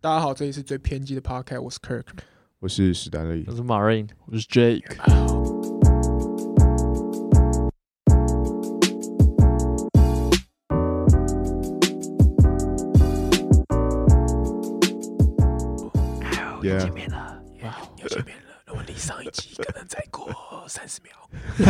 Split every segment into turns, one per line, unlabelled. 大家好，这里是最偏激的 Podcast，我是 Kirk。
我是史丹利
我。是 Marine，我是 Jake。
又 Yeah 见
面了，哇，又见面了。那我离上一集可能再过三十秒。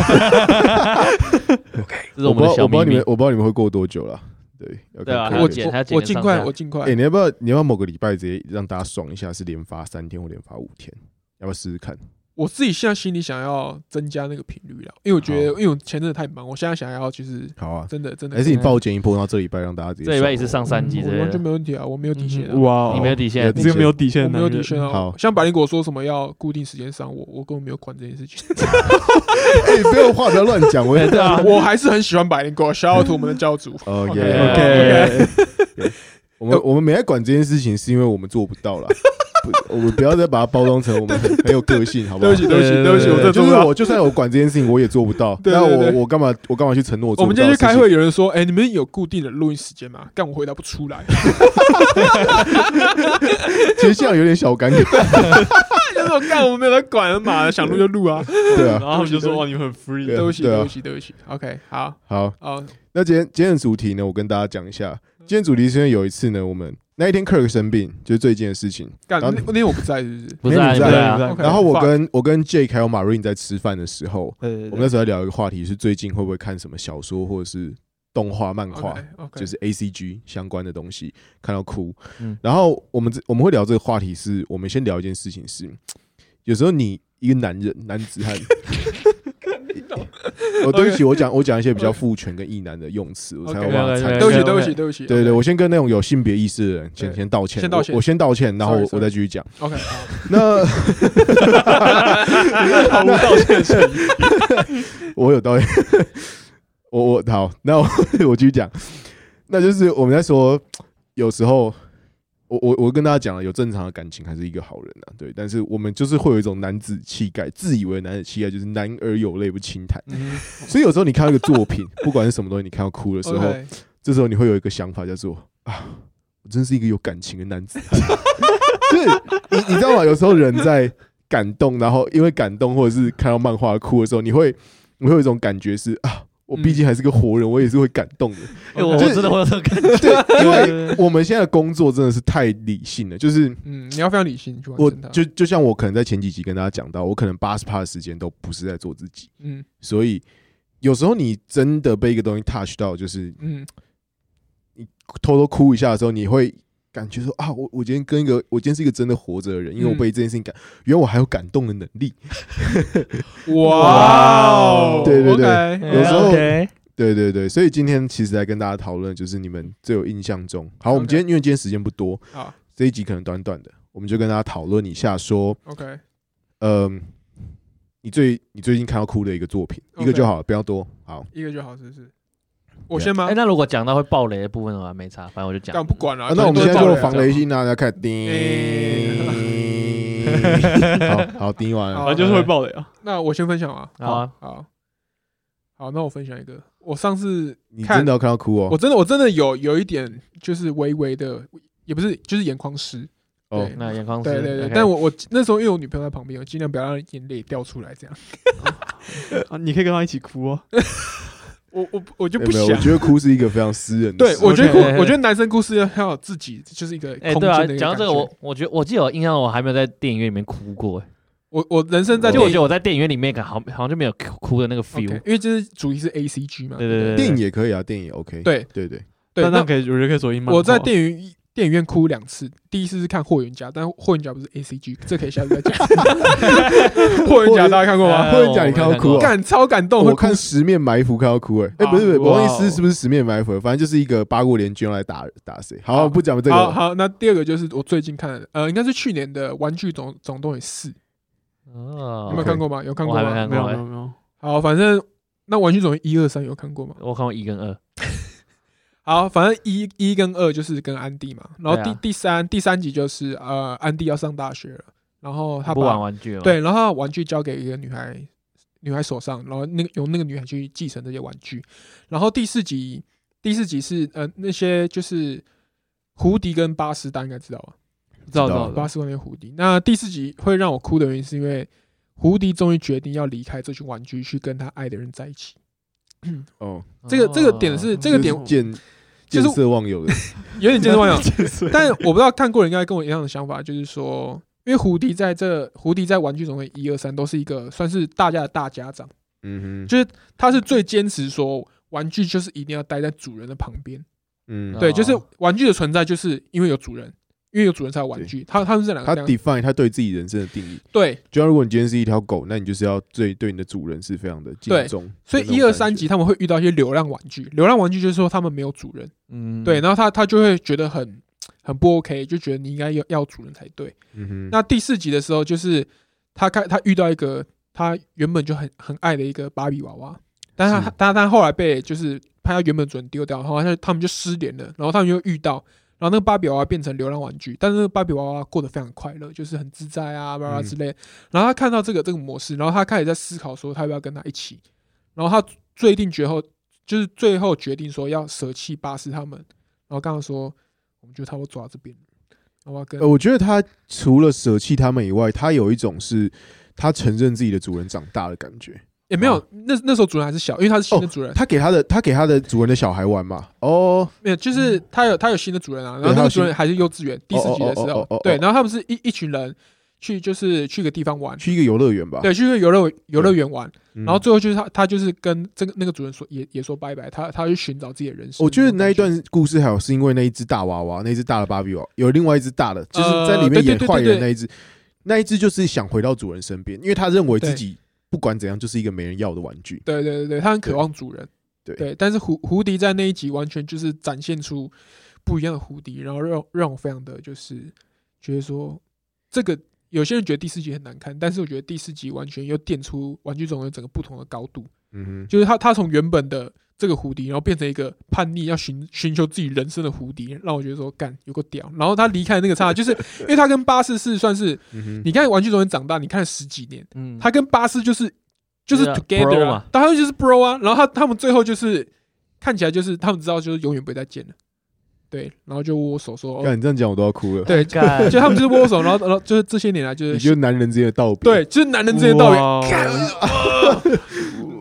OK，
这是
我
们
不知
的
道，
小
我不知道
秘
你
密
们，。我不知道你们会过多久了。对，要
对啊
看
他
我
剪
我
他剪
我
得
尽
上
快，
下
我尽
哎、
快。
你要不要你要不要某个礼拜直接让大家爽一下，是连发三天或连发五天？要不要试试看？
我自己现在心里想要增加那个频率了，因为我觉得，
好
因为我前阵子太忙，我现在想要就是
好啊，
真的真的
还是你
可以
报剪一波，然后这礼拜让大家直接
这礼拜也是
爽
上哎三集之
我
类
完全
的，嗯
没问题啊，我没有底线啊，
哇哦，
你没有底线
有
你这个没有底线
我
的
没
男
有
人，
底线
嗯
啊
好。
像百灵果说什么要固定时间上我，我根本没有管这件事情。
哎、不要话不要乱讲，我也
对啊，
我还是很喜欢百灵果，小奥图我们的教 主。
哦
OK
耶，
OK，
我们我们没在管这件事情，是因为我们做不到啦。不我们不要再把它包装成我们很很有个性，好不
对
好
不？起，对不起，
对
对不起，
对
我
对
这
就
做不
是
到。
我，就算我管这件事情，我也做不到。
对
那
对对
我我干嘛我干嘛去承诺做
我
不
们
到
今天
的事
去
情？
开会，有人说：“哎、你们有固定的录音时间吗？”干我回答不出来，
其实这样有点小尴尬，
就是我干我们没有人管，妈的想录就录 啊。
对
然
啊。
后他们就说哇，你们很 free，
对
对不起，
啊
对不起，对不起。OK，好，
好，
哦，
那今天今天的主题呢，我跟大家讲一下。
嗯
今天主题是因为有一次呢，我们那一天 Kirk 生病，就是最近的事情。
干
然后
那那天我不在，是不是
不是啊，
没有你
你
哎
不
在
是啊，
？OK，
然后我
fuck
跟我跟 Jake 还有 Marine 在吃饭的时候，
对对
我们那时候在聊一个话题，是最近会不会看什么小说或者是动画、漫画
OK，OK，
就是 A C G 相关的东西，看到哭。
嗯
然后我们这我们会聊这个话题是，我们先聊一件事情是，有时候你一个男人男子汉， 我对不起，我讲我讲一些比较父权跟异男的用词，我才有
OK，
办法参
对
对不起，
OK，OK
对不起，对不起。
对对对，我先跟那种有性别意识的人先
对
先道歉，
先道歉
我我先道歉，然后
Sorry，
我我
sorry
再继续讲。
OK，好，
那
毫无道歉声，
我有道歉，我我好，那我 我继续讲，那就是我们在说，有时候我我我跟大家讲了，有正常的感情还是一个好人啊，对，但是我们就是会有一种男子气概，自以为男子气概就是男儿有泪不轻弹，
嗯
所以有时候你看到一个作品，不管是什么东西，你看到哭的时候，
，OK，
这时候你会有一个想法，叫做啊，我真是一个有感情的男子 汉。就是你你知道吗？有时候人在感动，然后因为感动或者是看到漫画哭的时候，你会你会有一种感觉是啊，我毕竟还是个活人，我也是会感动的。
哎我我
就是
真的会有这种感觉，
对，因为我们现在的工作真的是太理性了，就是。
嗯，你要非常理性去完
我
成它。
就就像我可能在前几集跟大家讲到，我可能八十趴的时间都不是在做自己，
嗯
所以有时候你真的被一个东西 touch 到，就是
嗯，
偷偷哭一下的时候，你会感觉说啊，我我今天跟一个我今天是一个真的活着的人，因为我
嗯
被这件事情感，原来我还有感动的能力。
哇哦，
对对对
OK，
有时候
啊 OK
对对对，所以今天其实来跟大家讨论，就是你们最有印象中。好，我们
OK
今天因为今天时间不多，
好
这一集可能短短的，我们就跟大家讨论一下，说，
，OK，
嗯，你最你最近看到哭的一个作品，一
OK
个就好了，不要多。好，
一个就好，是不是？我先吗
哎，？那如果讲到会爆雷的部分的话，没差，反正我就讲
干我。不管了
啊，那我们现在
多
就
爆
防
料
雷信，大家看 叮，好好叮完
好
了
反正就是会爆雷啊。
那我先分享啊，
好啊，
好，好，那我分享一个，我上次
你
看
真的要看到哭
我
哦。
真的我真的有有一点就是微微的，也不是就是眼眶湿，
哦
对，
那眼眶
对
是
对对
OK
但我我那时候因为我女朋友在旁边，我尽量不要让眼泪掉出来，这 样，
啊你可以跟他一起哭啊，
我我我就
哎没
不
有，没有我
想。
觉得哭是一个非常私人的
对
事，，
我觉得哭
OK，
我觉得男生哭是要还有自己，就是一个
哎，
空
对啊
间的，一
讲到这
感
个，
觉
我我觉得我记得我印象我还没有在电影院里面哭过，哎
我我人生在
就
电
我觉
影
得我在电影院里面好好像就没有哭哭的那个
OK，
feel。
因为这是主题是 A C G 嘛，
对对对，
电影
影
也可以啊，电影也 OK。
对
对对，
对，
但那
那
可以，我觉得可以走一漫画。
我在电影电影院哭两次，第一次是看《霍元甲》，但《霍元甲》不是 A C G，这可以下次再讲。 《霍元甲》大家看过 吗？
忽然讲你看到哭哦
感超感动，呃会
我
哭
看《十面埋伏》看到哭哎、欸，哎、
啊
不是不是，
哇
我
哦
忘记是是不是《十面埋伏》，反正就是一个八国联军要来打打谁。好，
好
不讲这个
啊好
了。
好，那第二个就是我最近看的，呃，应该是去年的《玩具总总动员四》，
哦
有没有看过吗？有看过
我还没
吗
看？
没有
过
没
哎
有没有，
好，反正那《玩具总动员一二三》有看过吗？
我看过一跟二，
好，反正一一跟二就是跟安迪嘛，然后第
对啊
第三第三集就是呃，安迪要上大学了，然后他
不玩
把
玩具了吗。哦
对，然后他把玩具交给一个女孩女孩手上，然后那个由那个女孩去继承这些玩具，然后第四集第四集是呃那些就是胡迪跟巴斯大家应该知道吧？
知道
知道
知道
了，
巴斯光年胡迪。那第四集会让我哭的原因，是因为胡迪终于决定要离开这群玩具，去跟他爱的人在一起。
哦，
这个这个点是这个点
就是见
就
见
是
色忘 友的，
有点健身网友，
对
但我不知道看过人应该跟我一样的想法，就是说，因为胡迪在这胡迪在玩具总会一二三都是一个算是大家的大家长，
嗯哼，
就是他是最坚持说玩具就是一定要待在主人的旁边，
嗯，
对，
哦
就是玩具的存在就是因为有主人，因为有主人才有玩具，他他们是这两
他
个这样
define 他对自己人生的定义，
对，
就像如果你今天是一条狗，那你就是要对对你的主人是非常的敬重，
所以
的那种
一二三
感觉
集他们会遇到一些流浪玩具，流浪玩具就是说他们没有主人，
嗯
对，然后他他就会觉得很很不 OK，就觉得你应该要要主人才对。
嗯哼，
那第四集的时候，就是他看他遇到一个他原本就很很爱的一个芭比娃娃，但他
是
但但后来被就是他原本主人丢掉，然后他就他们就失联了，然后他们又遇到，然后那个芭比娃娃变成流浪玩具，但是那个芭比娃娃过得非常快乐，就是很自在啊，巴拉
嗯
之类。然后他看到这个这个模式，然后他开始在思考说他要不要跟他一起，然后他最定决后就是最后决定说要舍弃巴斯他们，然后刚刚说我们就差不多走到这边了，然后我要跟
呃，我觉得他除了舍弃他们以外，他有一种是他承认自己的主人长大的感觉。
也没
哦
有，那那时候主人还是小，因为他是新的主人，
他给他的他给他的主人的小孩玩嘛？哦，
没有，就是他有他有新的主人啊，然后
他
那
有
个
新
主人还是幼稚园第四集的时
哦哦哦
候
哦哦哦，
对，然后他们是一一群人去就是去个地方玩，
去一个游乐园吧。
对，去个游乐游乐园玩，
嗯，
然后最后就是他他就是跟这个那个主人说也也说拜拜，他他去寻找自己的人生。
我觉得那一段故事还有是因为那一只大娃娃，那一只大的芭比娃娃，有另外一只大的，就是在里
呃
面
对对
演
对
坏
对
人
对
那一只，那一只就是想回到主人身边，因为他认为自
对
己不管怎样就是一个没人要的玩具。
对对对对，他很渴望主人。
对
对，但是胡胡迪在那一集完全就是展现出不一样的胡迪，然后让让我非常的就是觉得说，这个有些人觉得第四集很难看，但是我觉得第四集完全又垫出《玩具总动员》整个不同的高度，
嗯
就是他他从原本的这个胡迪，然后变成一个叛逆要寻寻求自己人生的胡迪，让我觉得说干有个屌。然后他离开那个刹那，就是 因为他跟巴士是算是
哼，嗯
你
哼，
看《玩具总动员》长大，你看了十几年。
嗯
他跟巴斯就是就是
Yeah,
together，、
bro
啊
嘛、
当然就是 bro 啊。然后他他们最后就是看起来就是他们知道就是永远不会再见了，对。然后就握握手说，哦、
看你这样讲我都要哭了。
对，
干
就他们就是握握手，然后然后就是这些年来就
你
是
觉得男人之间的道别？
对，就是男人之间的道别。
别，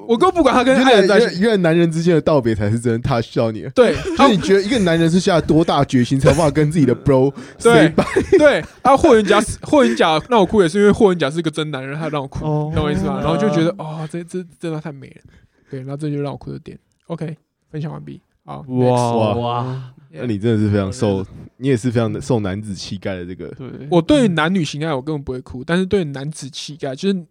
我根本不管他跟
原
爱
来
人在一
原来
起，
原来男人之间的道别才是真的 touch 到你。
对，
就
他
是你觉得一个男人是下了多大决心才有办法跟自 己的 bro
对
say bye？
对，啊，霍元甲死，霍元甲让我哭也是因为霍元甲是个真男人，他让我哭，
哦
你懂我意思吗？
哦
然后就觉得哦，这这真的太美了，对，然后这就让我哭的点。OK，分享完毕，好，
哇哦
哇，
那你真的是非常
我
受，你也是非常的受男子气概的这个。
对，
我对于男女情爱我根本不会哭，但是对于男子气概，就是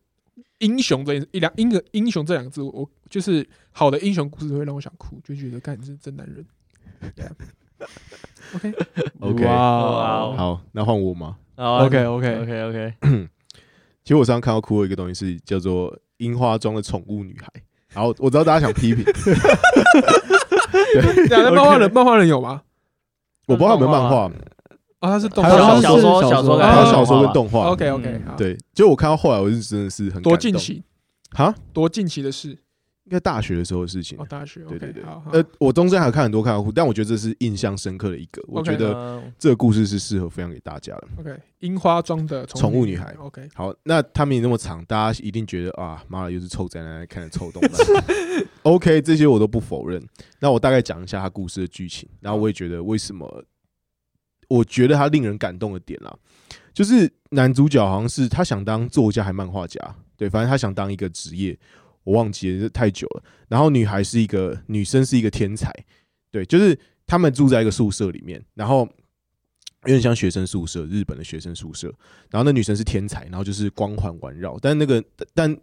英雄这一两英个英雄这两个字，我就是好的英雄故事会让我想哭，就觉得干你是真男人。Yeah. OK，
OK
哇
哦
好，那换我吗？
啊
OK OK，
OK OK，
其实我上次看到哭过一个东西是叫做《樱花庄的宠物女孩》，然后我知道大家想 批评，
对啊，那漫画人漫画人有吗？
我不知道有没有漫画，
啊，他是动
还有
画
小
吗
说
说
小
小
说
还有
哦
小说跟动画。
OK OK，
嗯
好，
对，就我看到后来，我是真的是很
多
感
近
动
期
哈，
多近期的事
应该大学的时候的事情
哦，。大学
对
OK，
对对
好，好，
呃，我中间还有看很多看到哭，但我觉得这是印象深刻的一个，我
OK
觉得
嗯
这个故事是适合分享给大家的。
OK，樱花庄的
宠物
物
女孩
OK，
好，那他们也那么长，大家一定觉得啊，妈的，又是臭宅男在看的臭动漫。OK，这些我都不否认。那我大概讲一下他故事的剧情，然后我也觉得为什么，我觉得他令人感动的点啦，就是男主角好像是他想当作家还漫画家，对，反正他想当一个职业，我忘记了这太久了。然后女孩是一个女生是一个天才，对，就是他们住在一个宿舍里面，然后有点像学生宿舍，日本的学生宿舍。然后那女生是天才，然后就是光环环绕，但那个但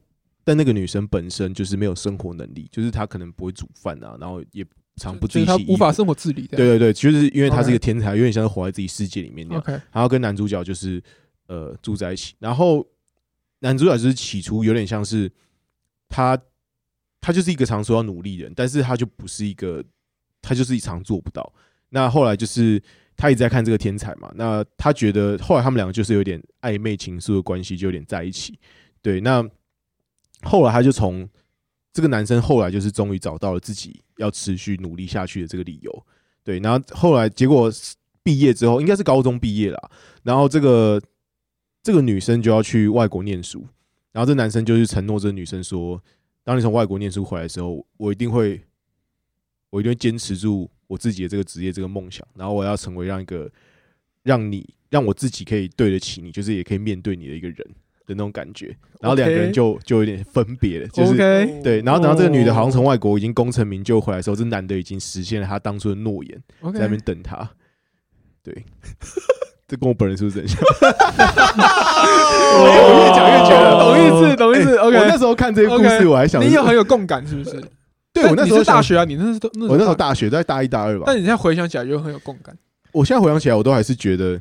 但那个女生本身就是没有生活能力，就是她可能不会煮饭啊，然后也常不自
所以
己
他
洗衣
无法
服
生活自理的。
对对对，就是因为她是一个天才，有点像是活在自己世界里面那样。
，OK，
然后跟男主角就是呃住在一起，然后男主角就是起初有点像是他他就是一个常说要努力的人，但是他就不是一个他就是常做不到。那后来就是他一直在看这个天才嘛，那他觉得后来他们两个就是有点暧昧情愫的关系，就有点在一起。对，那后来他就从这个男生后来就是终于找到了自己要持续努力下去的这个理由。对，然后后来结果毕业之后，应该是高中毕业啦，然后这个这个女生就要去外国念书，然后这男生就是承诺这女生说，当你从外国念书回来的时候，我一定会，我一定会坚持住我自己的这个职业这个梦想，然后我要成为让一个让你让我自己可以对得起你，就是也可以面对你的一个人的那种感觉。然后两个人
OK
就就有点分别了，就是
OK，
对，然后等到这个女的好像从外国已经功成名就回来的时候，这男的已经实现了他当初的诺言，在那
OK，
边等他。对， 这跟我本人是不是很像？
哦
我越讲越觉得
哦
懂意思，懂意思。
我那
OK，
时候看这个故事，
OK，
我还想说，
你有很有共感是不是？
对我那时
你
候
是大
想，
学啊，你那时候那
我那时候，大学在大一大二吧
但。你现在回想起来就很有共感。
我现在回想起来，我都还是觉得，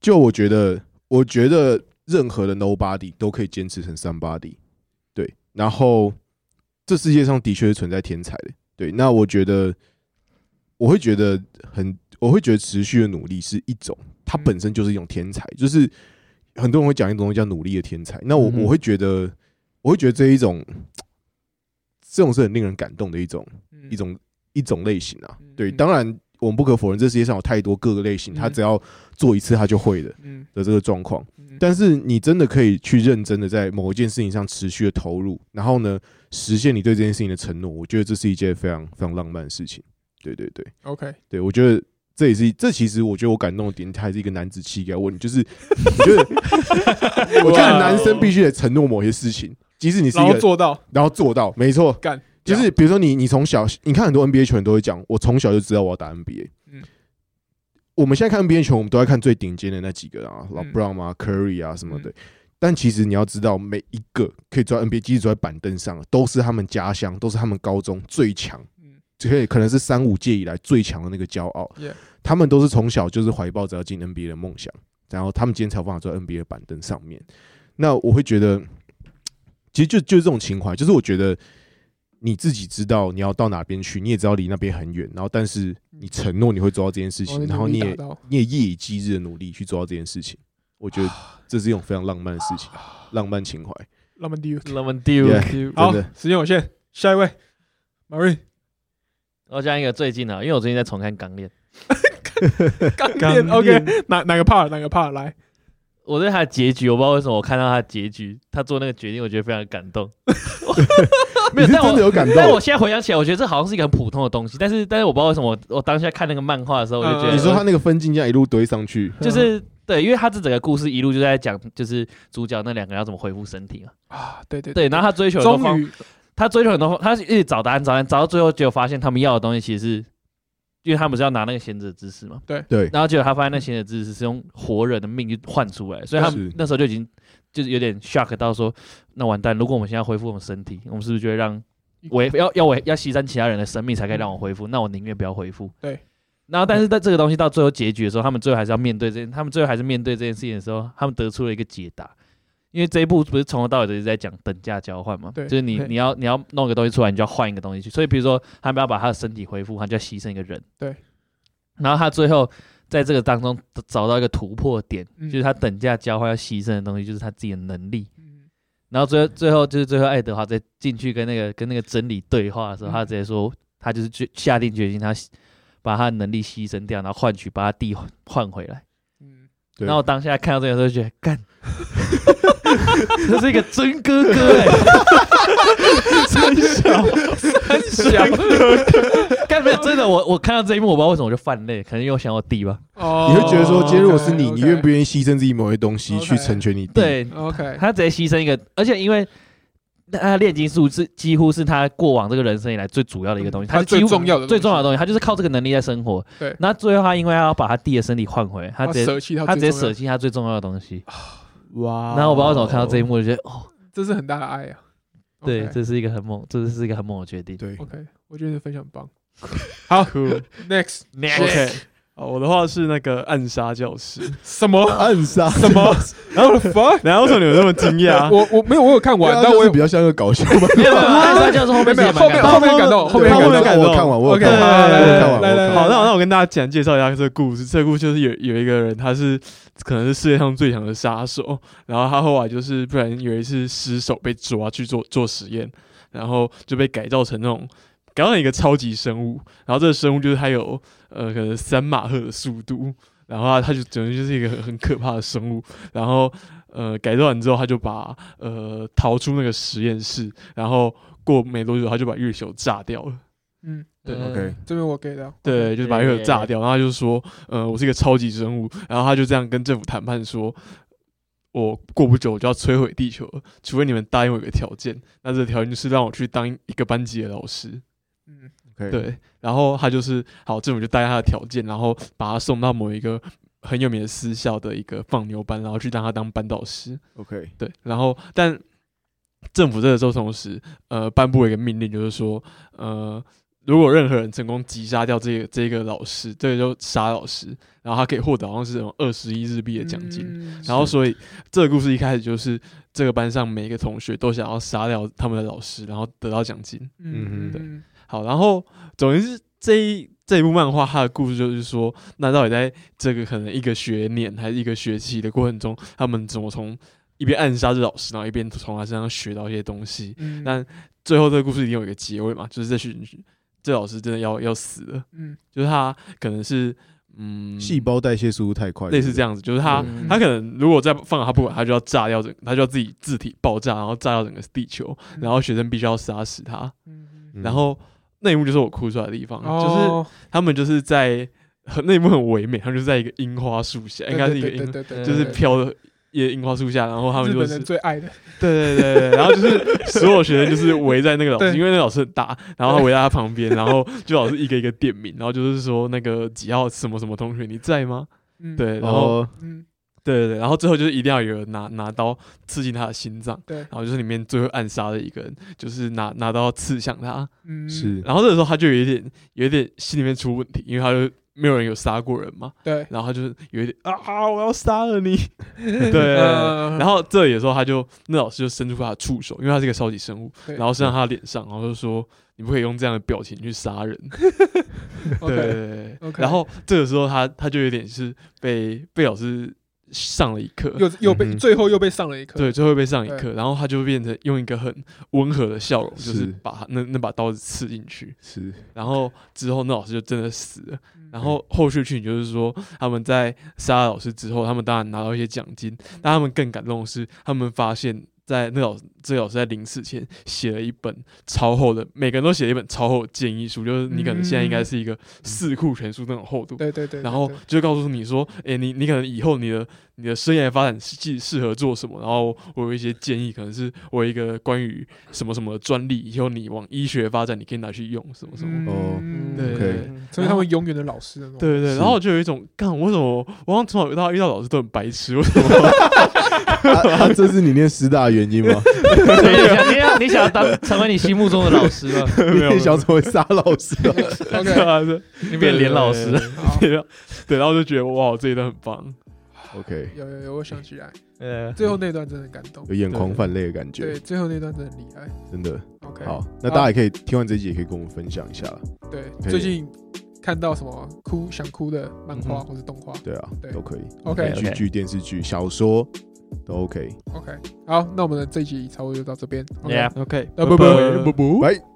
就我觉得，我觉得任何的 nobody 都可以坚持成 somebody。对，然后这世界上的确是存在天才的。对，那我觉得，我会觉得很，我会觉得持续的努力是一种，它本身就是一种天才，就是很多人会讲一种东西叫努力的天才。那我、
嗯嗯哼
我会觉得，我会觉得这一种，这种是很令人感动的一种
嗯
一种一种类型啊
嗯。
对，
嗯
当然我们不可否认，这世界上有太多各个类型，
嗯
他只要做一次他就会的
嗯，
的这个状况。
嗯
但是你真的可以去认真的在某一件事情上持续的投入，然后呢，实现你对这件事情的承诺。我觉得这是一件非常非常浪漫的事情。对对对
OK，
对，我觉得。这也是这其实我觉得我感动的点，还是一个男子气概问题，就是我觉得我觉得 男生必须得承诺某些事情，即使你是一
然后
个
做到
然后做到，没错，
干，
就是比如说你，你从小你看很多 NBA 球员都会讲，我从小就知道我要打 NBA。
嗯
我们现在看 NBA 球，我们都在看最顶尖的那几个啊，老
嗯
Brown 啊、Curry 啊什么的
嗯。
但其实你要知道，每一个可以坐在 NBA，即使坐在板凳上，都是他们家乡，都是他们高中最强
嗯，
可以可能是三五届以来最强的那个骄傲
Yeah。
他们都是从小就是怀抱着要进 NBA 的梦想，然后他们今天才有办法坐在 NBA 的板凳上面。那我会觉得，其实就就是这种情怀，就是我觉得你自己知道你要到哪边去，你也知道离那边很远，然后但是你承诺你会做到这件
哦
事情，然后
努
你
力达
也
到
你也夜以继日的努力去做到这件事情，我 觉得这是一种非常浪漫的事情，浪漫情怀。
浪漫 Duke。
那么丢
Yeah，
好
真的，
时间有限，下一位，Marine，
我讲一个最近的，啊因为我最近在重看《钢炼》，
刚
刚
练 OK，
练
哪哪个 part 哪个 part 来？
我对他的结局，我不知道为什么我看到他的结局，他做那个决定，我觉得非常感动。 没
你
有，
是真
但
的
我
有感
但
动
我。现在回想起来，我觉得这好像是一个很普通的东西，但是但是我不知道为什么我我当下看那个漫画的时候，我就
嗯
觉得
你说他那个分镜这样一路堆上去，
就是对，因为他这整个故事一路就在讲，就是主角那两个人要怎么恢复身体嘛。
啊，对对
对，然后他追求很多
终
方，
于
他追求很多方，他一直找答案，找答案，找到最后，结果发现他们要的东西其实是，因为他们是要拿那个贤者之石嘛。
对，
然后结果他发现那贤者之石是用活人的命去换出来，所以他
是
们那时候就已经就是有点 shock 到说，那完蛋，如果我们现在恢复我们身体，我们是不是就会让我要要我要牺牲其他人的生命才可以让我恢复？那我宁愿不要恢复。
对。
然后，但是在这个东西到最后结局的时候，他们最后还是要面对这件，他们最后还是面对这件事情的时候，他们得出了一个解答。因为这一部不是从头到尾都一直在讲等价交换嘛，
对
就是你
对
你要你要弄个东西出来，你就要换一个东西去。所以比如说他们要把他的身体恢复，他就要牺牲一个人。
对。
然后他最后在这个当中找到一个突破点，
嗯
就是他等价交换要牺牲的东西，就是他自己的能力。
嗯
然后最后最后就是最后爱德华在进去跟那个跟那个真理对话的时候，
嗯
他直接说他就是决下定决心，他牺把他的能力牺牲掉，然后换取把他弟换回来。
嗯，
对
然后我当下看到这个时候就觉得干，这是一个真哥哥哎、真 小，干没有真的我我看到这一幕，我不知道为什么我就泛泪，可能又想我弟吧。
哦
你会觉得说，今天如果是你，你愿不
愿
愿意牺牲自己某些东西
OK
去成全你？，
对，
？OK，
他直接牺牲一个，而且因为他炼金术是几乎是他过往这个人生以来最主要的一个东西，
嗯
他
他
是几乎
最重要的东西
最重要的东西，他就是靠这个能力在生活。
对
那最后他因为他要把他弟的身体换回来，他
他
直接
舍弃他，
他直接舍，弃他最重要的东西。
哇哦
然后我不知道为什么看到这一幕，我就觉得哦，
这是很大的爱啊。
对，这是一个很猛，这是一个很猛的决定。
对，
OK，我觉得你分享棒。好
酷。
，Next
OK，哦，我的话是那个暗杀教室。
什么
暗杀
什 么？What the fuck？
然后为什么你们那么惊
啊
讶？啊
我我没有，我有看完，但
但
我
我
也
啊比较像个搞笑吧。
没有没 有，暗杀教室后面
没有
是
没有
也
后
蛮
面后面
感动的。
感动，后面
后面
感动。
我
感动
有啊看完，我有
OK，
看完，
来
我有看完，
来来
我有看
来
完。
呃好，那那我跟大家简介绍一下这个故事。这个故事就是有有一个人，他是可能是世界上最强的杀手，然后他后来就是不然有一次失手被抓去做做实验，然后就被改造成那种改造成一个超级生物，然后这个生物就是它有呃可能三马赫的速度，然后它它就整个就是一个很很可怕的生物，然后呃改造完之后，它就把呃逃出那个实验室，然后过没多久，它就把月球炸掉了。
嗯，
对
嗯
OK
这边我给的，
嗯对，就是把月球炸掉，然后他就说，呃，我是一个超级生物，然后他就这样跟政府谈判说，我过不久我就要摧毁地球了，除非你们答应我一个条件，那这个条件就是让我去当一个班级的老师，
嗯，
OK，，
对，然后他就是好，政府就答应他的条件，然后把他送到某一个很有名的私校的一个放牛班，然后去让他当班导师，
OK，
对，然后但政府这个时候同时呃颁布了一个命令，就是说呃如果任何人成功击杀掉这个这个老师，这个就杀老师，然后他可以获得好像是什么二十一日币的奖金。
嗯
然后，所以这个故事一开始就是这个班上每一个同学都想要杀掉他们的老师，然后得到奖金。
嗯
嗯
哼
对
对，
嗯
好，然后总而言之，这一这一部漫画它的故事就是说，那到底在这个可能一个学年还是一个学期的过程中，他们怎么从一边暗杀这老师，然后一边从他身上学到一些东西？
嗯
那最后这个故事一定有一个结尾嘛，就是这群这老师真的要要死了，
嗯
就是他可能是嗯
细胞代谢速度太快，
类似这样子，就是他、
嗯
他可能如果再放了他不管，他就要炸掉整，他就要自己自体爆炸，然后炸掉整个地球，然后学生必须要杀死他。
嗯
嗯，
然后那一幕就是我哭出来的地方，就是
哦
他们就是在很那一幕很唯美，他们就是在一个樱花树下，应该是一个
对对
樱，
对对对
就是
对
飘的一个樱花树下，然后他们
日
就
本
是
人最爱的，
对对 对对，然后就是所有学生就是围在那个老师，
对
因为那个老师很大，然后他围在他旁边，然后就老师一个一个点名，然后就是说那个几号什么什么同学你在吗？
嗯，
对，然后、
哦，
嗯
对对对，然后最后就是一定要有人拿拿刀刺进他的心脏。
对，
然后就是里面最后暗杀的一个人，就是拿拿刀刺向他，
嗯
是
然后这个时候他就有一点有一点心里面出问题，因为他就没有人有杀过人嘛，
对，
然后他就是有一点啊啊，我要杀 了你，对。
嗯
呃然后这里的时候，他就那老师就伸出他的触手，因为他是一个超级生物，
对
然后伸到他的脸上，然后就说你不可以用这样的表情去杀人。对对
OK，
对对。对
OK
然后这个时候他他就有点是被被老师上了一课，
又又被
嗯哼
最后又被上了一课，
对，最后被上一
对
课，然后他就变成用一个很温和的笑容，就是
是
把他那那把刀子刺进去。
是
然后之后那老师就真的死了。
嗯，
然后后续剧情就是说，他们在杀了老师之后，他们当然拿到一些奖金，
嗯
但他们更感动的是，他们发现。在那老这老师在临死前写了一本超厚的，每个人都写了一本超厚的建议书，就是你可能现在应该是一个四库全书那种厚度，
嗯对对对，对
然后
对
就告诉你说，诶，你你可能以后你的你的生涯发展适适合做什么，然后我有一些建议，可能是我有一个关于什么什么的专利，以后你往医学发展，你可以拿去用什么什么。
哦
嗯
对
OK
所以他们永远的老师那种，
对对对，
是
然后就有一种，干，为什么我好像从小到大遇到老师都很白痴？为什么？
啊啊这是你念师大的原因吗？
所以你想你 要你想要当成为你心目中的老师吗？
你也想成为沙老师 啊？
，OK，
你变连老师，
好，
对对对，然后就觉得哇，这一段很棒。
OK，
有有有，我想起来，
呃，
最后那段真的很感动，
有眼眶泛泪的感
对，
觉，
最后那段真的很厉害
真的
，OK，
好。那大家也可以听完这一集，也可以跟我们分享一下，
对，
可以
最近看到什么哭想哭的漫画
嗯哼
或者动画
对啊
对，
都可以。
，OK
剧剧、电视剧、小说都 OK。
OK，好，那我们的这一集差不多就到这边，OK，
Yeah
对 OK，
那拜拜
拜。